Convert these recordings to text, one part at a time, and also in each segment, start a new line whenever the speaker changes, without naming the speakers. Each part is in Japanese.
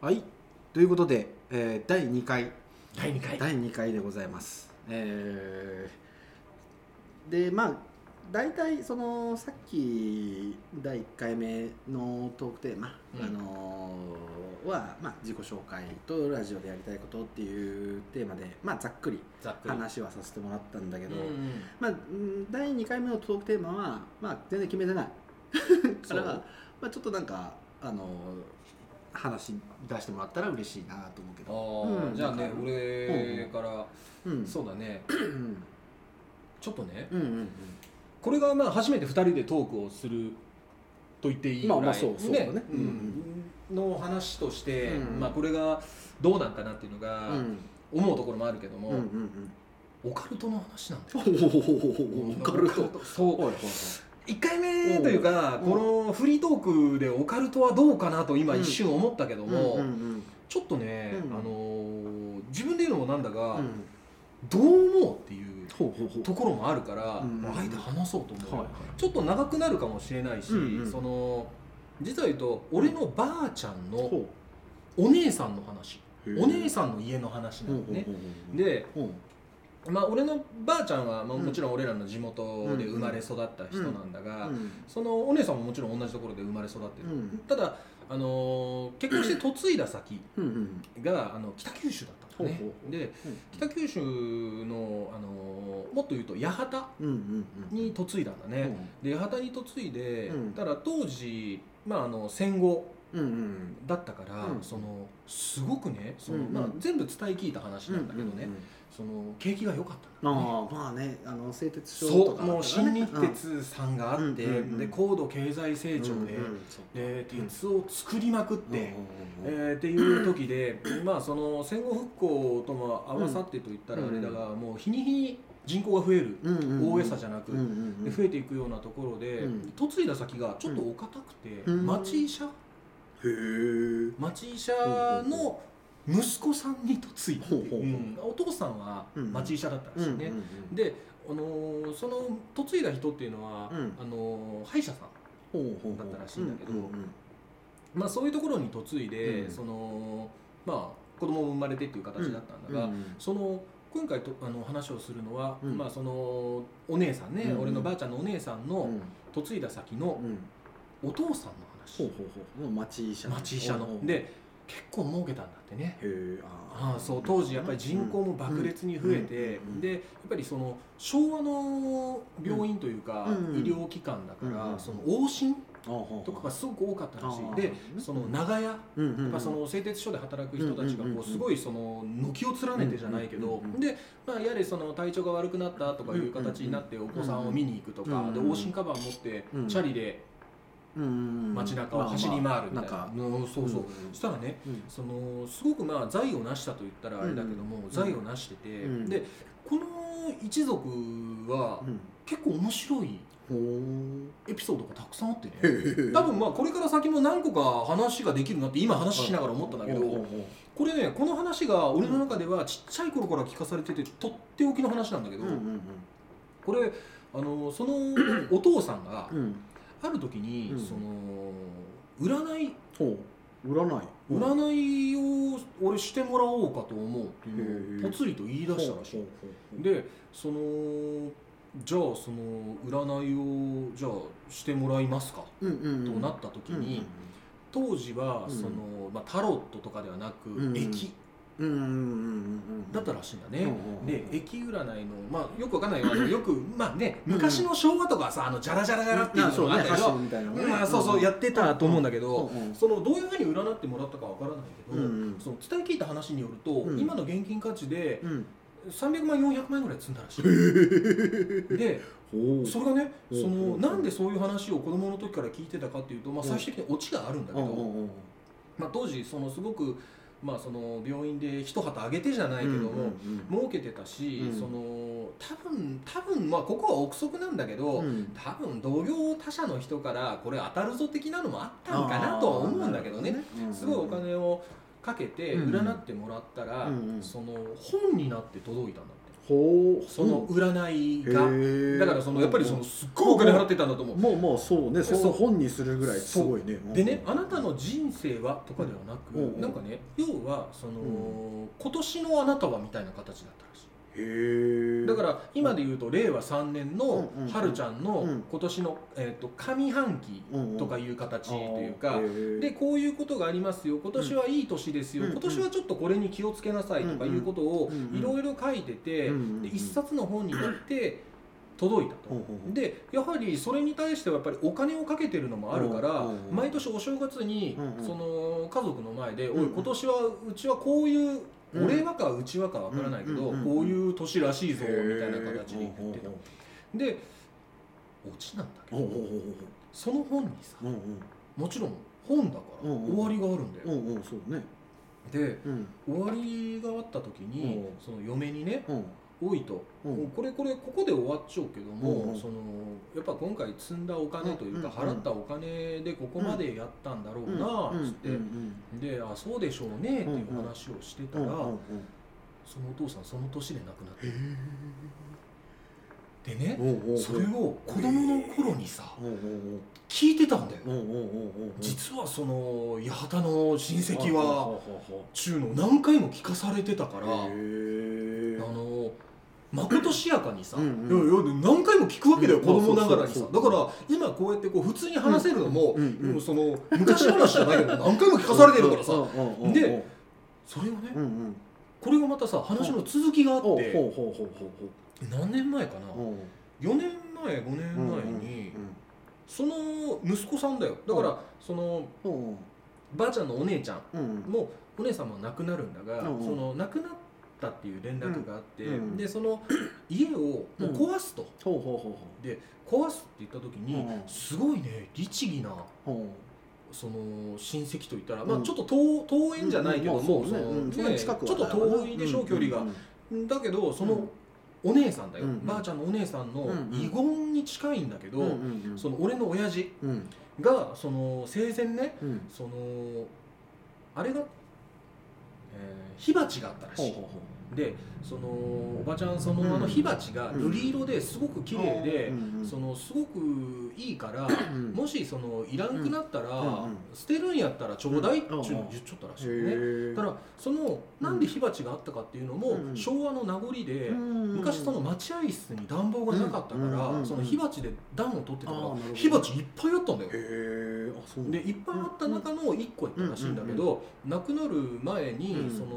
はいということで、えー第2回
第2回
第2回でございます。えーでまあ大体そのさっき第1回目のトークテーマ、
うん
あのーは、まあ、自己紹介とラジオでやりたいことっていうテーマで、まあ、ざっくり
ざっくり
話はさせてもらったんだけ
け
ど、
ど、
まあ、うん第2回目のトークテーマは、まあ、全然決め てないか
そう
ら、まあ、ちょっとなんかあのー話出してもらったら嬉しいなと思うけど。
ああ、
うん
じゃ
な
あ
ん
ね
か
俺から、
うん
そうだね
うん
ちょっとね
うんうん
これがまあ初めて2人でトークをすると言っていいぐらい、
まあまあそうそうだね
ね
うん
うんの話として、
うん
まあ、これがどうなんかなっていうのが
うん
思うところもあるけども、
うんうんうん
オカルトの話なんだよ
おおオカルト
そう1回目というか、
うん
このフリートークでオカルトはどうかなと今一瞬思ったけども、
うんうん
ちょっとね、
うん
あのー自分で言うのもなんだが、
うん
どう思うっていう
ほうほうほ
ところもあるから、
うん
あえて話そうと思う、
はいはい
ちょっと長くなるかもしれないし、
うんうん
その実は言うと俺のばあちゃんの
ほ
お姉さんの話、
う
お姉
さ
さんの家の話なのね、
で
で、
ほ
まあ、俺のばあちゃんは、まあ、
うん
もちろん俺らの地元で生まれ育った人なんだ
う
が、
ん
そのお姉さんももちろん同じところで生まれ育ってる、
うん
ただ、あのー結婚して嫁いだ先
うんうん
があの北九州だったんだね
ほうほうほう
で北九州の、あのーもっと言うと八幡
うんうんうん
に嫁いだんだね、で八幡に嫁いで、
うん
ただ当時、まあ、あの戦後
うんうん
だったから、
うん
そのすごくねその、
うんうん
まあ、全部伝え聞いた話なんだけどね、その景気が良かったんだね、
ああまあねあの製鉄所
そ
と
う
か
もう新日鉄さんがあって、
うんうんうん
で高度経済成長で,、で鉄を作りまくって、えーっていう時で、 まあその戦後復興とも合わさってといったらあれだが、もう日に日に人口が増える、大げさじゃなく、で増えていくようなところで
うん
嫁いだ先がちょっとお堅くて、
うん
町医者
へえ
町医者の息子さんに嫁いだっていう
ほうほうほう
うんお父さんは町医者だったらしいね、で、あのーその嫁いだ人っていうのは、
うん
あのー歯医者さんだったらしいんだけどまあ、そういうところに嫁いで、
うん
そのまあ子供も生まれてっていう形だったんだが、その今回とあの話をするのは、
うん
まあ、そのお姉さんね、
うん
俺のばあちゃんのお姉さんの嫁いだ先のお父さんの話、
ほうほうほう町医者
町医者の、で結構儲けたんだってね
へえ
ああそう当時やっぱり人口も爆裂に増えて、
うんうん
でやっぱりその昭和の病院というか、
うん
医療機関だから、
うん
その往診と
と
かがすごく多かったらし
あ
い
あ
でその長屋やっぱその製鉄所で働く人たちが
うんうんうんう
こ
ん
うすごいその軒を連ねてじゃないけ
うんうん
ど
うんうん
で、まあ、やれその体調が悪くなったとかいう形になってお子さんを見に行くと
うんうんう
か
ん
で往診カバン持って
うん
チャリで街中を走り回るみたいな,、うんそうそうそしたらねそのすごくまあ財を成したと言ったらあれだけども、
ん
財を成してて、
うん
でこの一族は結構面白いエピソードがたくさんあってね多分まあこれから先も何個か話ができるなって今話しながら思ったんだけど、これねこの話が俺の中ではちっちゃい頃から聞かされててとっておきの話なんだけど、これあのそのお父さんがある時に、
うん
その占い
占い
占いを俺してもらおうかと思うっていうの
へ
を
え
ぽつりと言い出したらしいでそのじゃあその占いをじゃあしてもらいますか
と
となった時に当時は
うん
そのまあタロットとかではなく
うん
駅だったらしいんだねで駅占いのまあよくわかんないよ あのよくまあね
うん
昔の昭和とかはさあのジャラジャラジャラっていうのがあったけどまあそうそうやってたと思うんだけどそのどういうふうに占ってもらったかわからないけど、
うんうん
その伝え聞いた話によると、
うん
今の現金価値で300万400万円ぐらい積んだらしい、 でそれがね
うん
その、
うん
なんでそういう話を子供の時から聞いてたかっていうと、まあ、
うん
最終的にオチがあるんだけど、まあ、当時そのすごく、まあ、その病院で一旗あげてじゃないけども、儲けてたし、
うん
その多分多分まあここは憶測なんだけど、多分同業他社の人からこれ当たるぞ的なのもあったんかなとは思うんだけどねすごいお金をかけて
うん
占ってもらったら、
うんうん
その本になって届いたんだって、
ほう
その占い
うん
が、
へえ
だからそのやっぱりそのすっごいお金払ってたんだと思う、
もうもうそうねそ
そう
う本にするぐらいすごいね
でね、あなたの人生はとかではなく、
うん
なんかね要はその、
う
今年のあなたはみたいな形だったらしい
へえ
だから今で言うと令和3年の
うんうん
はるちゃんの
うん
今年の、えー、と上半期とか
いう
いう形というか、でこういうことがありますよ今年はいい年ですよ、
うん
今年はちょっとこれに気をつけなさいとかいうことを
うんうん
いろいろ書いてて、
うんうん
で一冊の本になって届いたと。でやはりそれに対してはやっぱりお金をかけてるのもあるから
うんうんうん
毎年お正月に
うんうん
その家族の前で「
うん
おい今年はうちはこういう
うん
俺はかうちはかわからないけど
うん
こ
うんうん
ういう年らしいぞ」みたいな形で言ってたでオチなんだけ
うんうん
どその本にさ
うん
もちろん本だから
うんうん
終わりがあるんだ
う
よ
んうんうんそうね
で
うん
終わりがあった時に
うん
その嫁にね
うん
多いと、
うん
もうこれこれここで終わっちゃうけども、
うんうん
そのやっぱ今回積んだお金というか
うんうん
払ったお金でここまでやったんだろうなっつって、
うん
であそうでしょうねっていう話をしてた
うん
ら、
うんうん
そのお父さんその年で亡くなってでね
うんうんうん
それを子供の頃にさ
うんうん
聞いてたんだよ、
うんうんうんうんうんうん
実はその八幡の親戚は
ほうほうほ
中の何回も聞かされてたから。
うほうへえ
あのまことしやかにさ、
うんうん
いやいや何回も聞くわけだよ、
うん
子供ながらにさ、
そうそう
だ
そう
から今こうやってこう普通に話せるのも、
うんうんうん
もうその昔話じゃないけど何回も聞かされてるからさ、
うんうんうんうん
でそれをね、
うんうん
これがまたさ話の続きがあっ
ほうほう
て、
ほうほうほう
何年前かな、
ほううん
4年前5年前に、その息子さんだよだから、
う
その
うんうん
ばあちゃんのお姉ちゃん
うんうん
もうお姉さんも亡くなるんだが、
うんうん
その亡くなったっていう連絡があって、
うんうん
でその家をもう壊すと。
ほうほうほうほ
で壊すって言った時に、
うん
すごいね律儀な
うほう
その親戚といったら、まあ、
うん
ちょっと遠遠縁じゃないけども、
うん
そ
まあ
の
そうねうんそんな
ね
に
ち
近
ょっ
く
と
はないわな
遠いでしょ、距離が、だけどその、
うん
お姉さんだよ、
うんうん
ばあちゃんのお姉さんの
うんうん
遺言に近いんだけど、
うんうんうん
その俺の親父
うん
がその生前ね
うん
そのあれが、えー火鉢があったらしい。
ほうほうほ
でそのおばちゃんそのあの
うん
火鉢が瑠璃色ですごく綺麗で、
うんうんうん
そのすごくいいから、
ん
もしそのいらんくなったら、
うんうん
捨てるんやったらちょうだいっていうのを
うん
言っちゃったらしい
へ
ね。
え
だからそのなんで火鉢があったかっていうのも、
うん
昭和の名残で、昔その待合室に暖房がなかったから、
うんうんうん
その火鉢で暖を取ってたか
あ
ら、
ーなるほど
火鉢いっぱいあったんだよ
へ。えあそうなんだ
でいっぱいあった中の1個やったらしいんだけど、亡くなる前に、
うん
その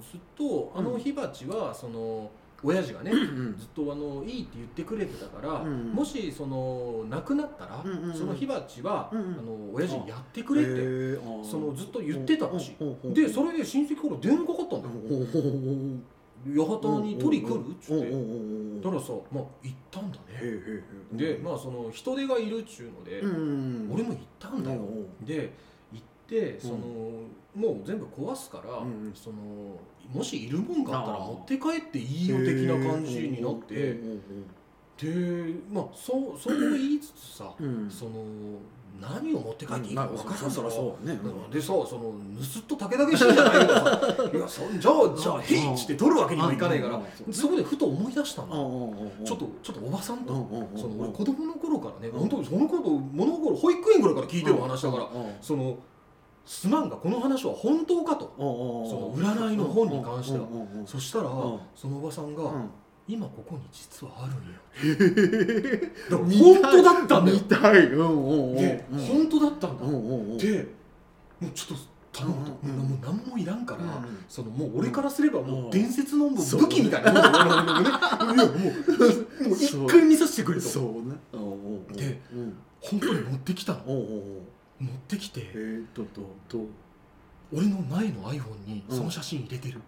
ずっとあの火鉢はその親父がね、
うんうん
ずっとあのいいって言ってくれてたから、
うん
もしその亡くなったら、
うんうんうん
その火鉢は、
うんうん
あの親父にやってくれって、
へえあー
そのずっと言ってたらしい。
ほうほうほう
でそれで親戚から電話かかったんだよ
ほうほうほうほう
「八幡に取り来る?」っつ
うん
っ
う
て
んうんうん
だからさまあ行ったんだ
へえへ
ね
えへえ
でまあその人手がいるっちゅうので、
うんうん
俺も行ったんだよ、
うん
で行ってその、もう全部壊すから、
うんうん
そのもしいるもんがあったら
あー
持って帰っていいよ的な感じになって、
うん
でまあそうそう言いつつさ、
うんうんうん
その何を持って帰っていいか分からん
そ
か
り
ら
ゃそうだね
でさその盗っ人たけだけしいじゃないよさ いやそじゃあじゃあ「へい!」っつって取るわけにもいかないから
うん
そこでふと思い出したのち
ち
ょっとちょっとおばさんとその俺
俺
子供の頃からね
うん
本当にそのこと物心保育園ぐらいから聞いてる話だから
そ
そのすまんがこの話は本当かと
の
の占いの本に関しては
は
そした
う
ら
ん
そのおばさんが今ここに実はあるんよ
見たい
だから本当だったんだよ
見たいうんうんうん
で
うん
本当だったんだ
うんうんうん
でもうちょっと頼むと、
うんうん
もう何もいらんから、
うん
そのもう俺からすればも
ん
う伝説のもう
そう
武器みたいなもんだよ俺のねいやもう もう
そう
一回見させてくれと
そうねうんうんうん
で
うん
本当に持ってきたの
うんうんうん
持ってきて
えーっととと
俺の前の iPhone に
うん
その写真入れてる、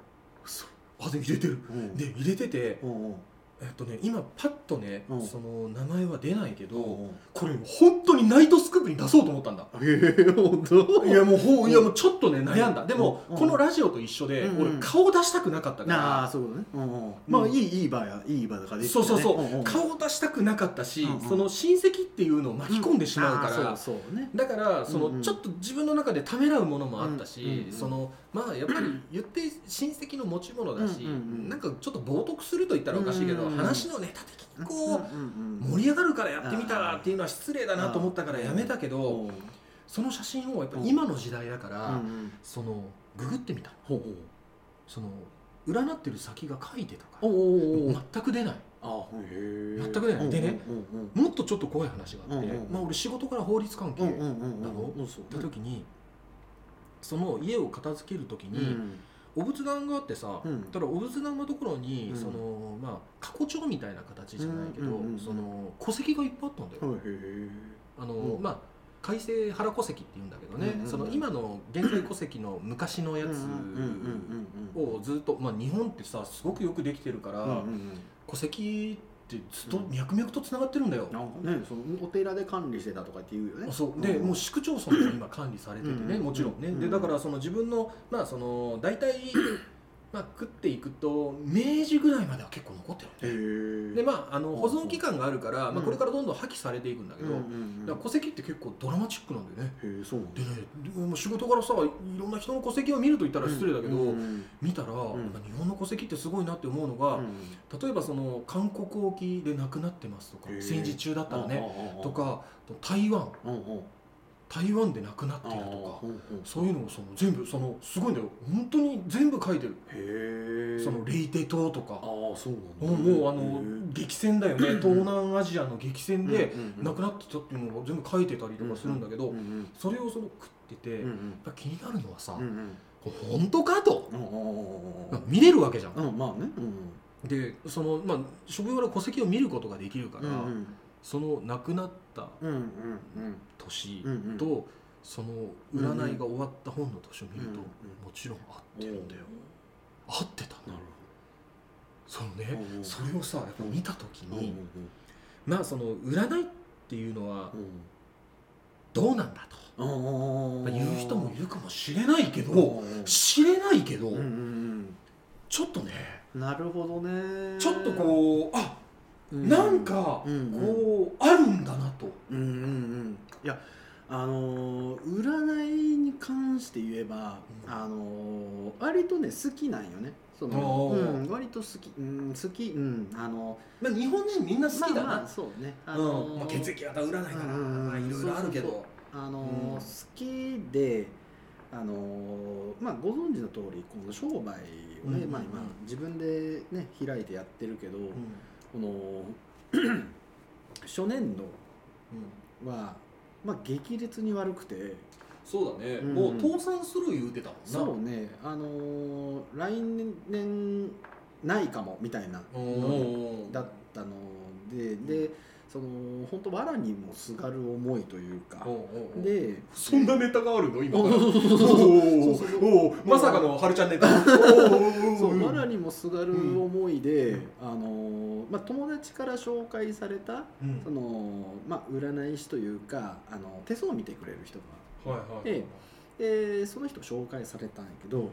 嘘
あで入れてる
うん
で入れてて
うんうん
えっとね今パッとね、
うん
その名前は出ないけど、
おう
これ本当にナイトスクープに出そうと思ったんだ
へえ本当
いやもうほういやもうちょっとね悩んだでも、
うん
このラジオと一緒で、
うん
俺顔出したくなかったか
なあ
ら、
そういうことね、うんうん、まあいいいい場やいい場だからいいですよね
そうそうそ
んん
顔出したくなかったし、
うんうん
その親戚っていうのを巻き込んでしまうから、
あーそうそうね
だからその、
うんうん
ちょっと自分の中でためらうものもあったし、
うんうんうん
そのまあやっぱ り言って親戚の持ち物だし、
うんうんうん
なんかちょっと冒涜すると言ったらおかしいけど、
うんうんうん
話のネタ的にこう、
んん
盛り上がるからやってみたらっていうのは失礼だなと思ったからやめたけ
う
ど
んうん
その写真をやっぱ今の時代だから
うん
そのググってみた
ほうほう
その占ってる先が書いてたか
お
ら
うおうおう
全く出ない
あへえ
全く出ないでね
うんうん
もっとちょっと怖い話があって
うんうんうん
まあ俺仕事から法律関係
うんう
行っ
んうんうん
だろ
うんそう
た時にその家を片付ける時
う
に
ん
お仏壇があってさ
うん
ただお仏壇のところに
うん
そのまあ過去帳みたいな形じゃないけ
う
ど
んうんうん
その戸籍がいっぱいあったんだよ
はいへえ
あの、
うん
まあ改正原戸籍って言うんだけどね、
うんうんうん
その今の現在戸籍の昔のや
うんうん
つ
うんうん
をずっと、まあ、日本ってさすごくよくできてるから、
うんうん
戸籍ってずっと脈々とつながってるんだよ、
うんなんかねそのお寺で管理してたとかっていうよね
あそうで、もう
し
市区町村が今管理されててね、
うんうんうん
もちろんね、
うんう
で
ん
だからその自分のまあその大体まあ食っていくと明治ぐらいまでは結構残ってる
へ
んだよ
え
でまああの保存期間があるから、ま
う
あ、
ん
これからどんどん破棄されていくんだけ
う
ど、
んうんう
だ
ん
から戸籍って結構ドラマチックなんだよね
へえそうなん
で
だ
ねでもう仕事からさいろんな人の戸籍を見ると言ったら失礼だけど、
うんうん
見たら、
ん
なんか日本の戸籍ってすごいなって思うの
う
が、
ん
例えばその韓国沖で亡くなってますとか
へー
戦時中だったらね
ね
とか台湾
うんうん
台湾で亡くなって
あ
る
ー
とか
うんうん
そういうのをその全部そのすごいんだよ本当に全部書いてる、
へえ
そのレイテ島とか
ああそうなんだ
もうもうあの激戦だよね 東南アジアの激戦で亡
な
くなってたっていうのを全部書いてたりとかするんだけど、
うんうん
それをその食ってて、
う
やっ
ん
ぱ気になるのはさ、
うんうん
本当かと
うんうんうん
見れるわけじゃん、
うんまあねうん
でそのまあ職業から戸籍を見ることができるから、
うんうん
その亡くなった
うんうんうん
年
うんうん
と、その占いが終わった本の年を見ると、
うんうん
もちろん合ってるんだよ、合ってた
な
の
る
その
ほ
ね、
どうんうん
それをさやっぱ見た時
うんうん
に、まあその占いっていうのは
うん
どうなんだと、
うん
まあ言う人もいるかもしれないけど、
うん
知れないけど、
うんうん
ちょっとね
うんなるほどね
ちょっとこうあ
う
なんか
うんうん
こうあるんだなと。
うんうんうんいやあのー占いに関して言えば、
うん
あのー割とね好きなんよねその、
お
う
ー
ん、割と好き、うん、好きうんあの
まあ、日本人みんな好きだな、
まあまあそうねあのー
うんまあ、血液型占いかな、
うん
まあ、いろいろあるけ
そう
ど
あのー
うん
好きであのーまあご存知の通りこの商売をね、
うん
まあ今自分でね開いてやってるけど、この 初年度はまあ激烈に悪くて。
そうだね、
うん
もう倒産する言うてたもんな
そうねあのー来年ないかもみたいな
うん
だったのででその本当わらにもすがる思いというか
うんうんうん
で
そんなネタがあるの今
お
から
そうそうそう
お
そう
ー
そうそう
おーまさかのはるちゃんネタおーおー
そう
おー
わらにもすがる思いで、
うん
あのーまあ、友達から紹介された
うん
その、まあ、占い師というかあの手相を見てくれる人が
はいはい
えでその人紹介されたんやけど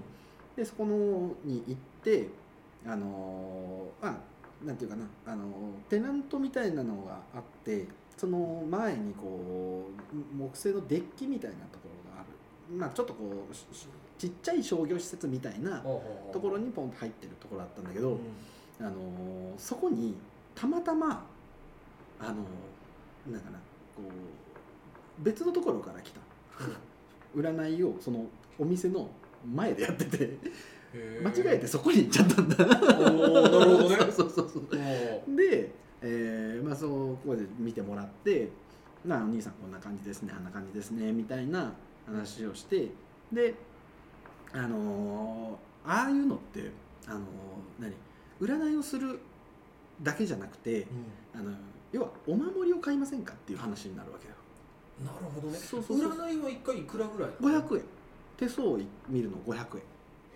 でそこのに行ってあのーまあなんていうかなあのーテナントみたいなのがあってその前にこう木製のデッキみたいなところがあるまあちょっとこうししちっちゃい商業施設みたいなところにポンと入ってるところだったんだけど、あのーそこにたまたまあのーなんかなこう別のところから来た占いをそのお店の前でやってて間違えてそこに行っちゃったんだ
たなるほどね
そうそうそうで、えーまあ、そうここで見てもらって「なあお兄さんこんな感じですねあんな感じですね」みたいな話をしてであのーああいうのってあのー何占いをするだけじゃなくてあの要はお守りを買いませんかっていう話になるわけよ
うんなるほどね
そうそうそう
占いは一回いくらぐらいなの
500円手相を見るの500円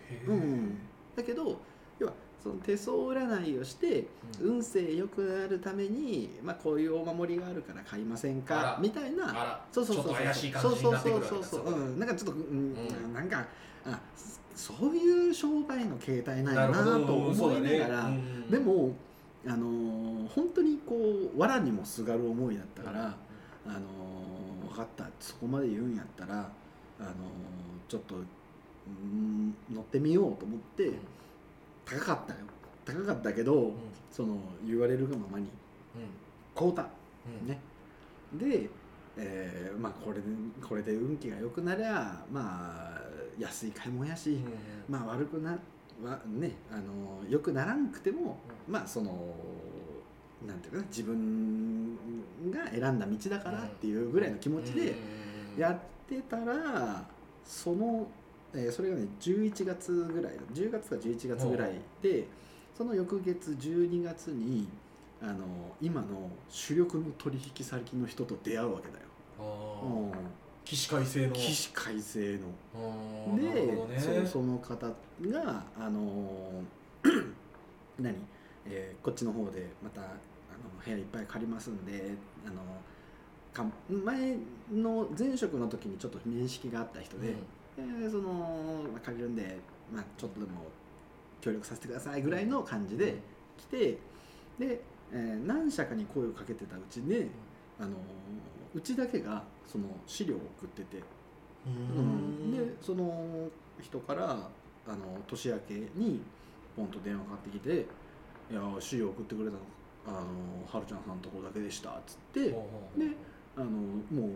へー
うんだけど要はその手相占いをして
うん
運勢良くなるために、まあ、こういうお守りがあるから買いません
あ
からみたいな
あら
そうそうそう
ちょっと怪しい
そ
感
う
じ
そう
になって
そ
く
うそ
るわけ
うそう、
だそこで
うん、なんかちょっと、うん
うん
なんかあそそういう商売の形態なんやなと思いながら、で、もあのー本当にこう藁にもすがる思いだったから、あのー分かったそこまで言うんやったら、あのーちょっと、うん、乗ってみようと思って、
うん
高かったよ高かったけど、その言われるがままに買うたね、で、えーまあこれでこれで運気が良くなりゃまあ安い買い物やし、まあ悪くなはねあの良くならんくても、まあそのなんていうかな自分が選んだ道だからっていうぐらいの気持ちでやってたらその、えーそれがね11月ぐらい10月か11月ぐらいでその翌月12月にあの今の主力の取引先の人と出会うわけだよ。うん
起死回生の
起死回生の
うん
で、
なるほどね
そうその方があのー何、えーこっちの方でまたあの部屋いっぱい借りますんであのか前の前職の時にちょっと面識があった人
うん
で、えーそのまあ借りるんで、まあ、ちょっとでも協力させてくださいぐらいの感じで来てで、えー何社かに声をかけてたうちで、あのーうちだけがその資料を送ってて。
う
うん、
ん
でその人からあの年明けにポンと電話かかってきて「いや資料送ってくれたのあのはるちゃんさんのとこだけでした」っつって
ほうほう
で「あのも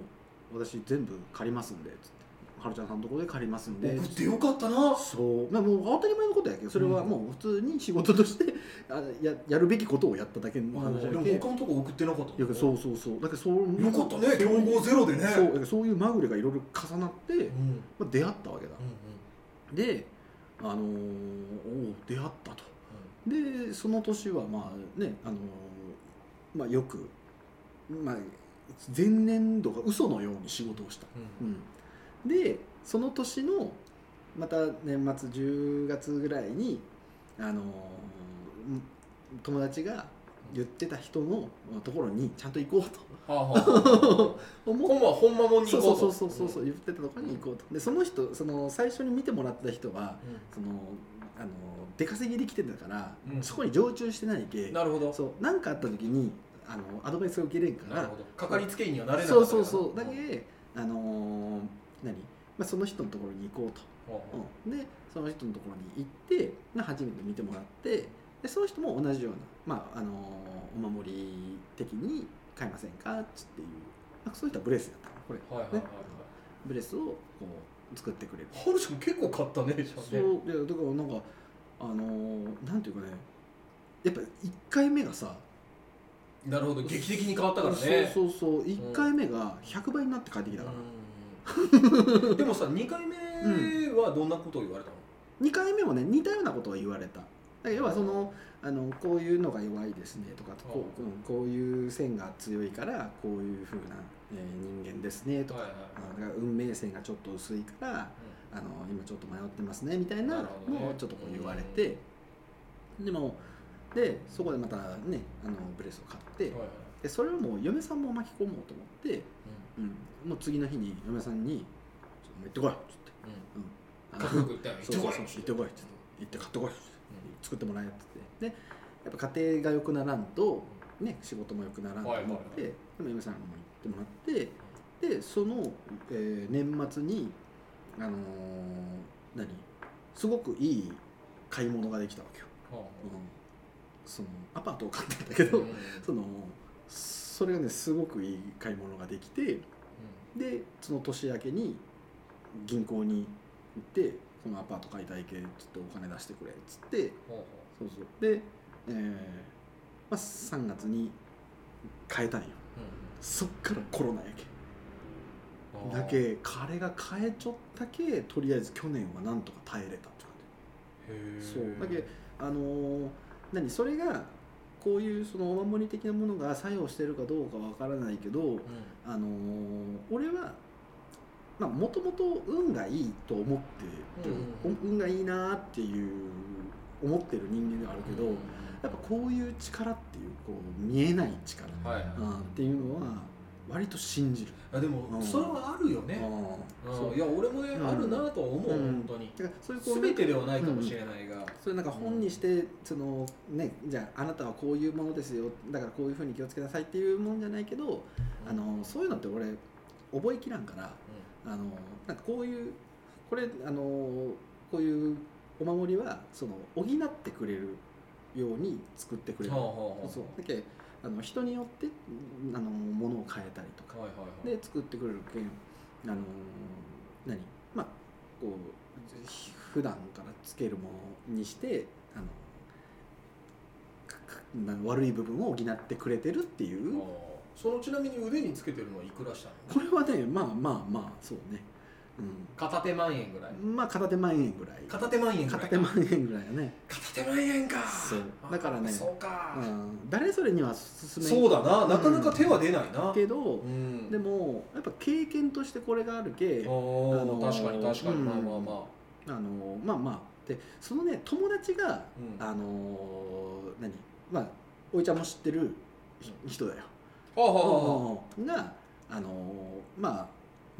う私全部借りますんで」つって「はるちゃんさんのとこで借りますんで」
送ってよかったな
そうまあもう当たり前のことやけどそれはもう普通に仕事として あややるべきことをやっただけの話
で
だ
も
け
他のとこ送ってなかった
いやそうそうそうだからそう
よかったね競合ゼロでね
そうだからそういうまぐれがいろいろ重なって、
うん
まあ、出会ったわけだ
うん
で、あのーおう出会ったとでその年はまあね、あのーまあ、よく、まあ、前年度が嘘のように仕事をした、
うん
う
うん
ん、でその年のまた年末10月ぐらいに、あのーうん友達が言ってた人のところにちゃんと行こうと
はあはあ
思っ
今は本間もんに
そ
行
う
こ
そううそ
と
うそうそうそう言ってたところに行こうとでその人その最初に見てもらった人はそのあの出稼ぎできてたから、
うん
そこに常駐してない
うん
け
なるほど
そう何かあった時にあのアドバイスが受けれんか
なる
ら
ほどかかりつけ医にはなれなかった
そ
か
う
ら
そうそうだ
ん
け、あのー何、まあ、その人のところに行こうと、
ほうほう
うんでその人のところに行って、まあ、初めて見てもらってでその人も同じような、まああのーお守り的に買いませんかっつっていうなんかそういったブレスだったのこれ
はいはいはいはい
ねブレスをこう作ってくれる
はるちゃん結構買ったねじゃあ
そう
ね
いやだからなんかあのーなんていうかねやっぱ1回目がさ
なるほど劇的に変わったからね
そうそうそう1回目が100倍になって帰ってきたから、
うんでもさ2回目はどんなことを言われたの
2回目もね似たようなことを言われただから要はそのあのこういうのが弱いですねとかこう,、うん、こういう線が強いからこういうふうな、えー人間ですねとか,、
はいはいはい
あだから運命線がちょっと薄いからあの今ちょっと迷ってますねみたいなの
なるほどね
をちょっとこう言われて、でもでそこでまたねあのブレスを買って、
はいはい
でそれをもう嫁さんも巻き込もうと思って、うん、もう次の日に嫁さんに「ちょっともう行ってこい」っつって
う
「あの
んうんかっこよく言ったよ
そうそうそう行ってこい」っつって「行って買ってこい」っつって作ってもらえっつってでやっぱ家庭が良くならんと、ね、仕事も良くならんと思って、
はいはいはい
でも嫁さんも行ってもらってでその、えー年末にあのー何すごくいい買い物ができたわけよ、うんそのアパートを買ったんだけど、そのそれがねすごくいい買い物ができてでその年明けに銀行に行って「このアパート買いたいけちょっとお金出してくれ」っつってそうそうで、えーまあ、3月に変えたんよそっからコロナやけだけ彼が変えちょったけとりあえず去年はなんとか耐えれたって感じそうだけあのー何それがこういうそのお守り的なものが作用してるかどうかわからないけどあのー俺はもともと運がいいと思ってる、
うんうん
お運
うん
がいいなっていう思ってる人間ではあるけど、やっぱこういう力っていうこう見えない力、
はいはい
うんっていうのは割と信じる、
あで
う
も
ん
それはあるよ
う
ね、
ん
う
そ
ん
う
いや俺もね、
うん
あるなとは思う、
うん
本当に
だからそういうこう
全てではないかもしれないが、
それなんか本にして、そのねじゃああなたはこういうものですよだからこういうふうに気をつけなさいっていうもんじゃないけど、あのそういうのって俺覚えきらんからあのなんかこういうこれあのこういうお守りはその補ってくれるように作ってく
う
れ
ん、
る、
はあはあはあ
そうだけあの人によってあのものを変えたりとか
はいはいはい
で作ってくれるけんあの何まあこうひ普段からつけるものにしてあのかかな悪い部分を補ってくれてるっていう
あーそのちなみに腕につけてるのはいくらしたの
これはねまあまあまあそうね、う
片手万円ぐらい
ん、まあ片手万円ぐらい
片手万円ぐらい
片手万円ぐらいよね、
片手万円か
そう
あー
だからね
そうか
う、ん、誰それには勧めん
そうだななかなか手は出ないな、
けど
う、ん
でもやっぱ経験としてこれがあるけ
あ
あ
ー
あのー
確かに確かに、
うん
まあまあまあ、
のまあまあでそのね友達が
うん
あの何まあおいちゃんも知ってるひ人だよ、
あははは
うんがあのまあ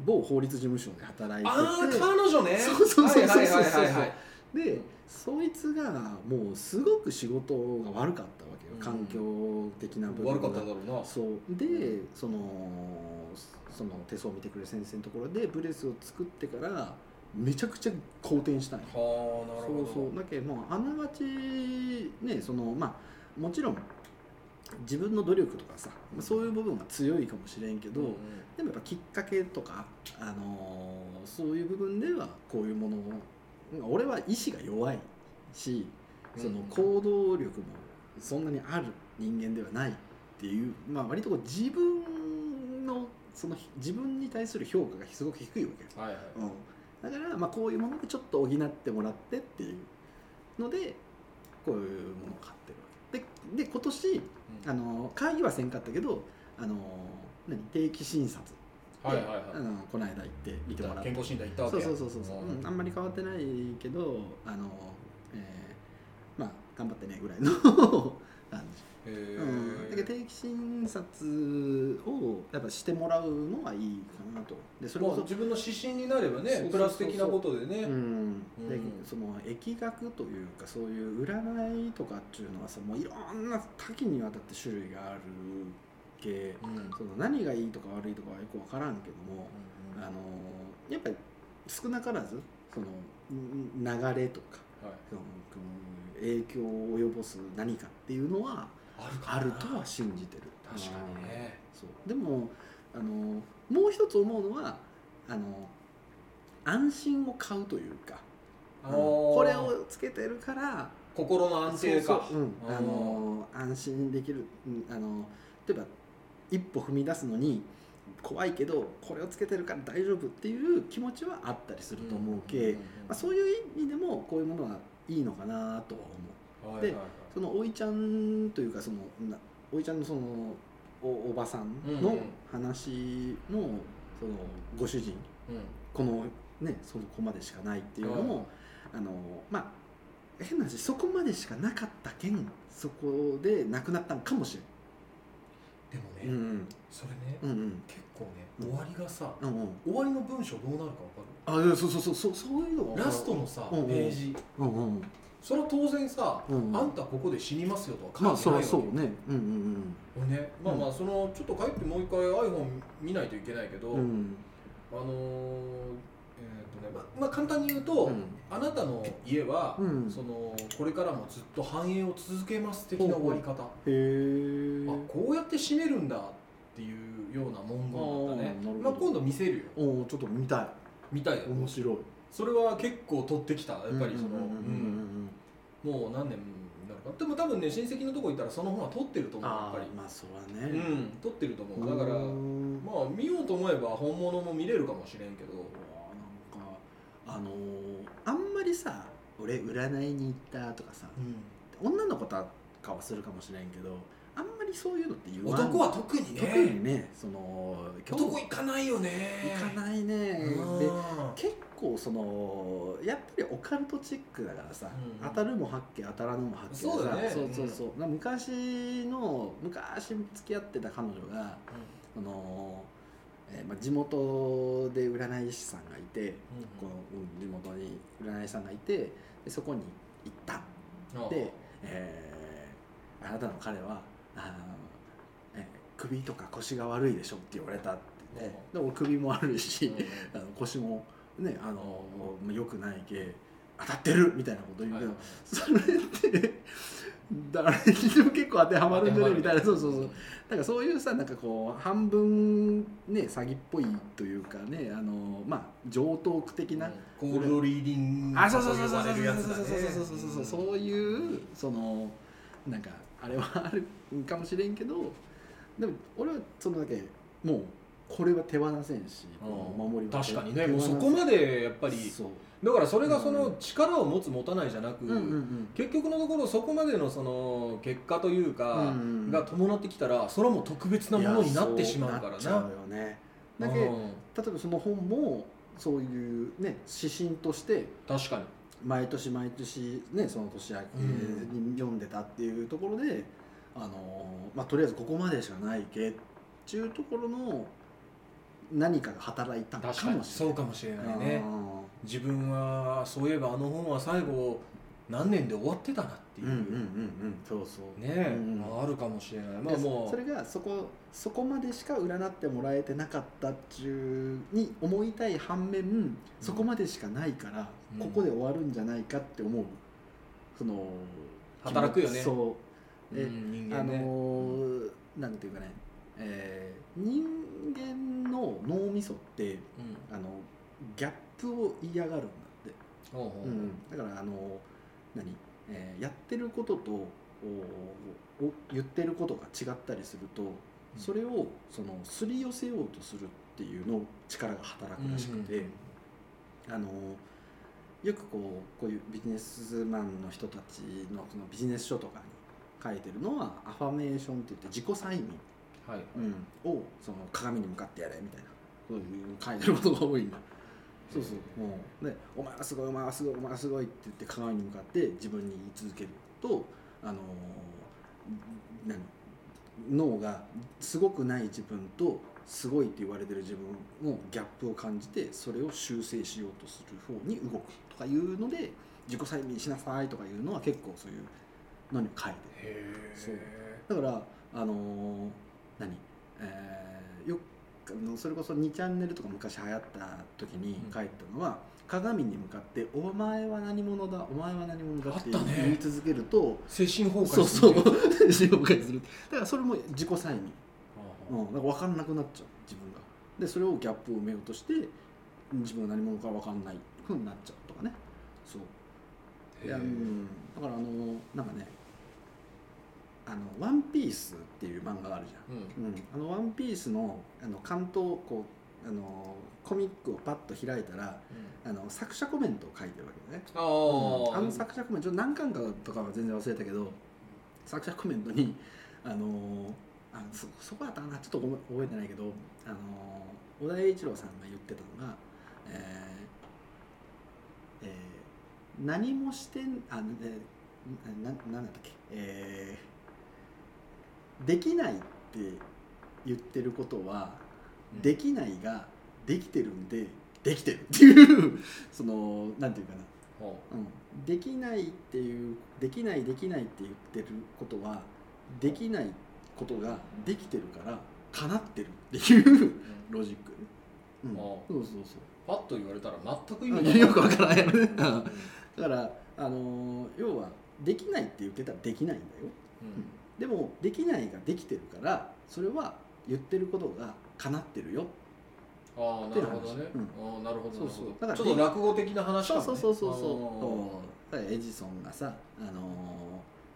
某法律事務所で働いて
あー
て
彼女ね
そうそうそうそうそう
はいはいはいはいはい
でそいつがもうすごく仕事が悪かったわけよ
うん
環境的な部分
悪
が
かったんだろうな
そうでそのその手相を見てくれる先生のところでブレスを作ってからめちゃくちゃ好転したんよ
はあなる
そ
ほ
う
ど
そうだけどもうあながちねそのまあもちろん自分の努力とかさまあそういう部分が強いかもしれんけど、
んん
でもやっぱきっかけとか、あのーそういう部分ではこういうものを俺は意志が弱いしその
うん
行動力もそんなにある人間ではないっていう、まあ、割とこう自分のその自分に対する評価がすごく低いわけよ、
はいはい
うん、だからまあこういうものでちょっと補ってもらってっていうのでこういうものを買ってるわけでで今年あの会議はせんかったけどあの何定期診察
はいはいはい
あのこの間行って見てもらって
健康診断行ったわけ
そう
や
そうそうそうそう、うんん、あんまり変わってないけどあの、えーまあ頑張ってねぐらいの 感じ、
へー
うん、だけど定期診察をやっぱしてもらうのはいいかなとでそれ
ま
こ
あ
そ、
自分の指針になれ
そうそう
ば
そうそ
ね
う
プラス的なことで
う
ね
んで
うん
その疫学というかそういう占いとかっていうのはさもういろんな多岐にわたって種類があるけ
うんうん
その何がいいとか悪いとかはよく分からんけども、あのーやっぱり少なからずそのん流れとか
はい
そのこの影響を及ぼす何かっていうのは
ある
あ
か
る
な
とは信じてる
確かにね
うんそうでも、あのーもう一つ思うのはあのー安心を買うというか、
あ
うん
ー
これをつけてるから
心の安定
そう
か
そううんあのー安心できる、うんあのー例えば一歩踏み出すのに怖いけどこれをつけてるから大丈夫っていう気持ちはあったりすると思うけ、
んんん
まあ、そういう意味でもこういうものはいいのかなとは思う
はい
で
はいはい
そのおいちゃんというかそのなおいちゃんのそのおおばさん
うん
の
うん
話のそのご主人
うん
このねそこまでしかないっていうのも、あのまあ変な話そこまでしかなかったけんそこで亡くなったんかもし
でもね、
れん、うん
それね、
うんうん
結構ね
うん
終わりがさ、
うんうん
終わりの文章どうなるかわか
あいやそうそうそうそうそういうの
るラストのさ、
うんうん
ページ
うんうん
それは当然さ、
うんうん
あんたここで死にますよと
ま
は
あ
書いて
そ
ない
り
わ
ゃそ
け
うねうんうん
俺ねまあまあそのちょっと帰ってもう一回 iPhone 見ないといけないけど、
うんうん
あのーえーっとねままあ簡単に言うと、
うん
あなたの家は、
うん
そのこれからもずっと繁栄を続けます的な終わり
へ
方、
え
あこうやって死ねるんだっていうような文言だったね
あーなるほど
まあ、今度見せるよ
おおちょっと見たい
みたいだよ
面白い
それは結構取ってきたやっぱりその
うんうんうんうん
うんもう何年になるかでも多分ね親戚のとこ行ったらその本は取ってると思う
あ
やっ
あ
ぱ
ー
り
まあそ
うん
らね
取ってると思うだから
うん
まあ見ようと思えば本物も見れるかもしれんけど
なんかあのーあんまりさ俺占いに行ったとかさ女の子とかはするかもしれんけどあんまりそういうのって言わん
男は特に
特に
ね
ねその
男
行
行かないよね
かないね
うん
で結構構そのやっぱりオカルトチックだからさ、
うん
当たるも発見当たらぬも発見
そうだね
そうそうそう、な昔の昔付き合ってた彼女があの、えーまあ、地元で占い師さんがいて、このうん地元に占い師さんがいてでそこに行った
うん
で、えーあなたの彼はあの、えー首とか腰が悪いでしょって言われたって言って、で俺首も悪いし、あの腰もねあの、まあ良くないけ当たってるみたいなこと
うん
言う
はい
けど、それって誰にでも結構当てはまるんじゃねみたいなそうそうそうなんかそういうさなんかこう半分ね詐欺っぽいというかねあのまあ常套句的な、
コールドリーディング
あそうそうそうそう
と
そう
呼ばれ
そう
るや
そう
つだね
そうそうそうそういうそのなんかあれはあるかもしれんけどでも俺はそのだけもうこれは手放せんし、
うん
もう守りは
確かにねもう
手
そ
放せ
こ
ん
までやっぱり
そう
だからそれがその
うん
力を持つ持たないじゃなく、
うんうんうん
結局のところそこまでのその結果というか
うんうん
が伴ってきたらそれはもう特別なものになってしまうから
いやそう
な
なっちゃうよね
う
だ
ん
け例えばその本もそういうね指針として
確かに
毎年毎年ねその年明けに読んでたっていうところで、あのまあ、とりあえずここまでしかないけっていうところの何かが働いたのかも
確
しれな
か
い
にそうかもしれないね
うん
自分はそういえばあの本は最後何年で終わってたなっていう、
うんうんうんうんそうそう
ねえ、
うん
まあ、あるかもしれないまあ
で
も
そうれがそこそこまでしか占ってもらえてなかったっちゅうに思いたい反面、そこまでしかないから、
うん
ここで終わるんじゃないかって思うその
働くよね
そうで
うん人
あの
間ね、
ーなんていうかね、えー人間の脳みそって
うん
あのギャップを嫌がるんだって、
ほうほう
だからあの何、えーやってることとおお言ってることが違ったりするとそれをそのすり寄せようとするっていうの力が働くらしくて。
うん
あのよくこうこういうビジネスマンの人たちのそのビジネス書とかに書いてるのはアファメーションって言って自己催眠、
はい、
をその鏡に向かってやれみたいなそういう書いてることが多いんだそうそう、うん、で「お前はすごいお前はすごいお前はすごい」って言って鏡に向かって自分に言い続けるとあのー何脳がすごくない自分とすごいって言われてる自分のギャップを感じてそれを修正しようとする方に動くとかいうので自己催眠しなさいとかいうのは結構そういうのに書いてる
へえ
そうだからあのー何、えーよくあのそれこそ2チャンネルとか昔流行った時に
うん
書いてたのは、鏡に向かって「お前は何者だお前は何者だ」って
あったね
言い続けると、
精神崩壊
そう
する
そ
っ
う
てい
紹介するだからそれも自己催眠、うん、なんか分かんなくなっちゃう自分がでそれをギャップを埋めようとして自分は何者か分かんないふうになっちゃうとかねそういや
ああ
う
へえ
んだからあのなんかね「あのワンピースっていう漫画があるじゃん
うん
うん、あの「ワンピースのあの関東こうあのコミックをパッと開いたらあの作者コメントを書いてるわけね、
あ
うん
ー
あの作者コメントちょっと何巻かとかは全然忘れたけど作者コメントにあのーあのそそこだったかなちょっとごめん覚えてないけど、あのー小田栄一郎さんが言ってたのが、えーえー何もしてんあ、えー、なななんだったっけ、えーできないって言ってることは、
うん
できないができてるんでできてるっていうそのなんていうかな
ほ
うん、できないっていうできないできないって言ってることはできないことができてるから叶ってるっていう
ううん
ロジック、うん、
ああ
そうそうそ
パッと言われたら全く意
うあ
味
よくわからないよね
うんうんうん
だから、あのー要はできないって言ってたらできないんだよでもできないができてるからそれは言ってることが叶ってるよ
ああなるほどね
って話うん
ああなるほどなるほど
そうそうだから
ちょっと落語的な話か
そ
も
う
ね
そうそうそうそう
あ
だからエジソンがさあの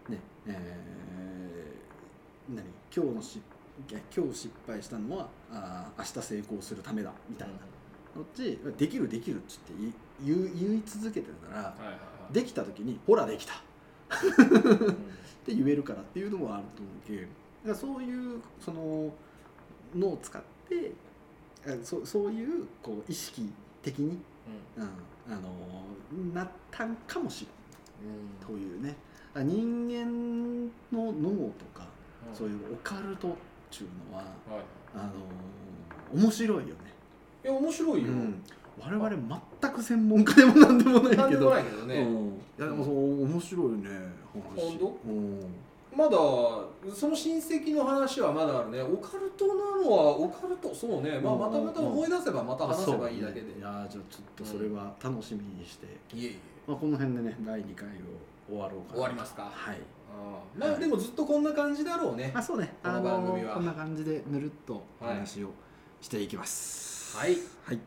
ーねえー何今日の失いや今日失敗したのはあー明日成功するためだみたいなのっちできるできるっつって言い言う言い続けてたら
ーはいはい
できた時にほらできたっ
はい
て言えるからっていうのもあると思うけどだからそういうその脳を使ってあそうそういうこう意識的にうんあのなったんかもしれんというねだから人間の脳とかそう
う
い
ん
うオカルトっちゅうのは
はい
あの面白いよね、
いや面白
う
いよ、
ん、我々全く専門家でも何でもないけど
なんでもないけどね、
うん、いやでもそう面白いね話
本当
うん
まだその親戚の話はまだあるねオカルトなのはオカルトそうね、まあ、
うん
またまた思い出せばまた話せばいいだけで、
そうねいやーじゃあちょっとそれは楽しみにして、
いえいえ
まあ、この辺でね第2回を終わろうかな
終わりますか
はい
ああまあでもずっとこんな感じだろうね
あそうね
この番組
あのー
は
こんな感じでぬるっとお話をしていきます
はい
はい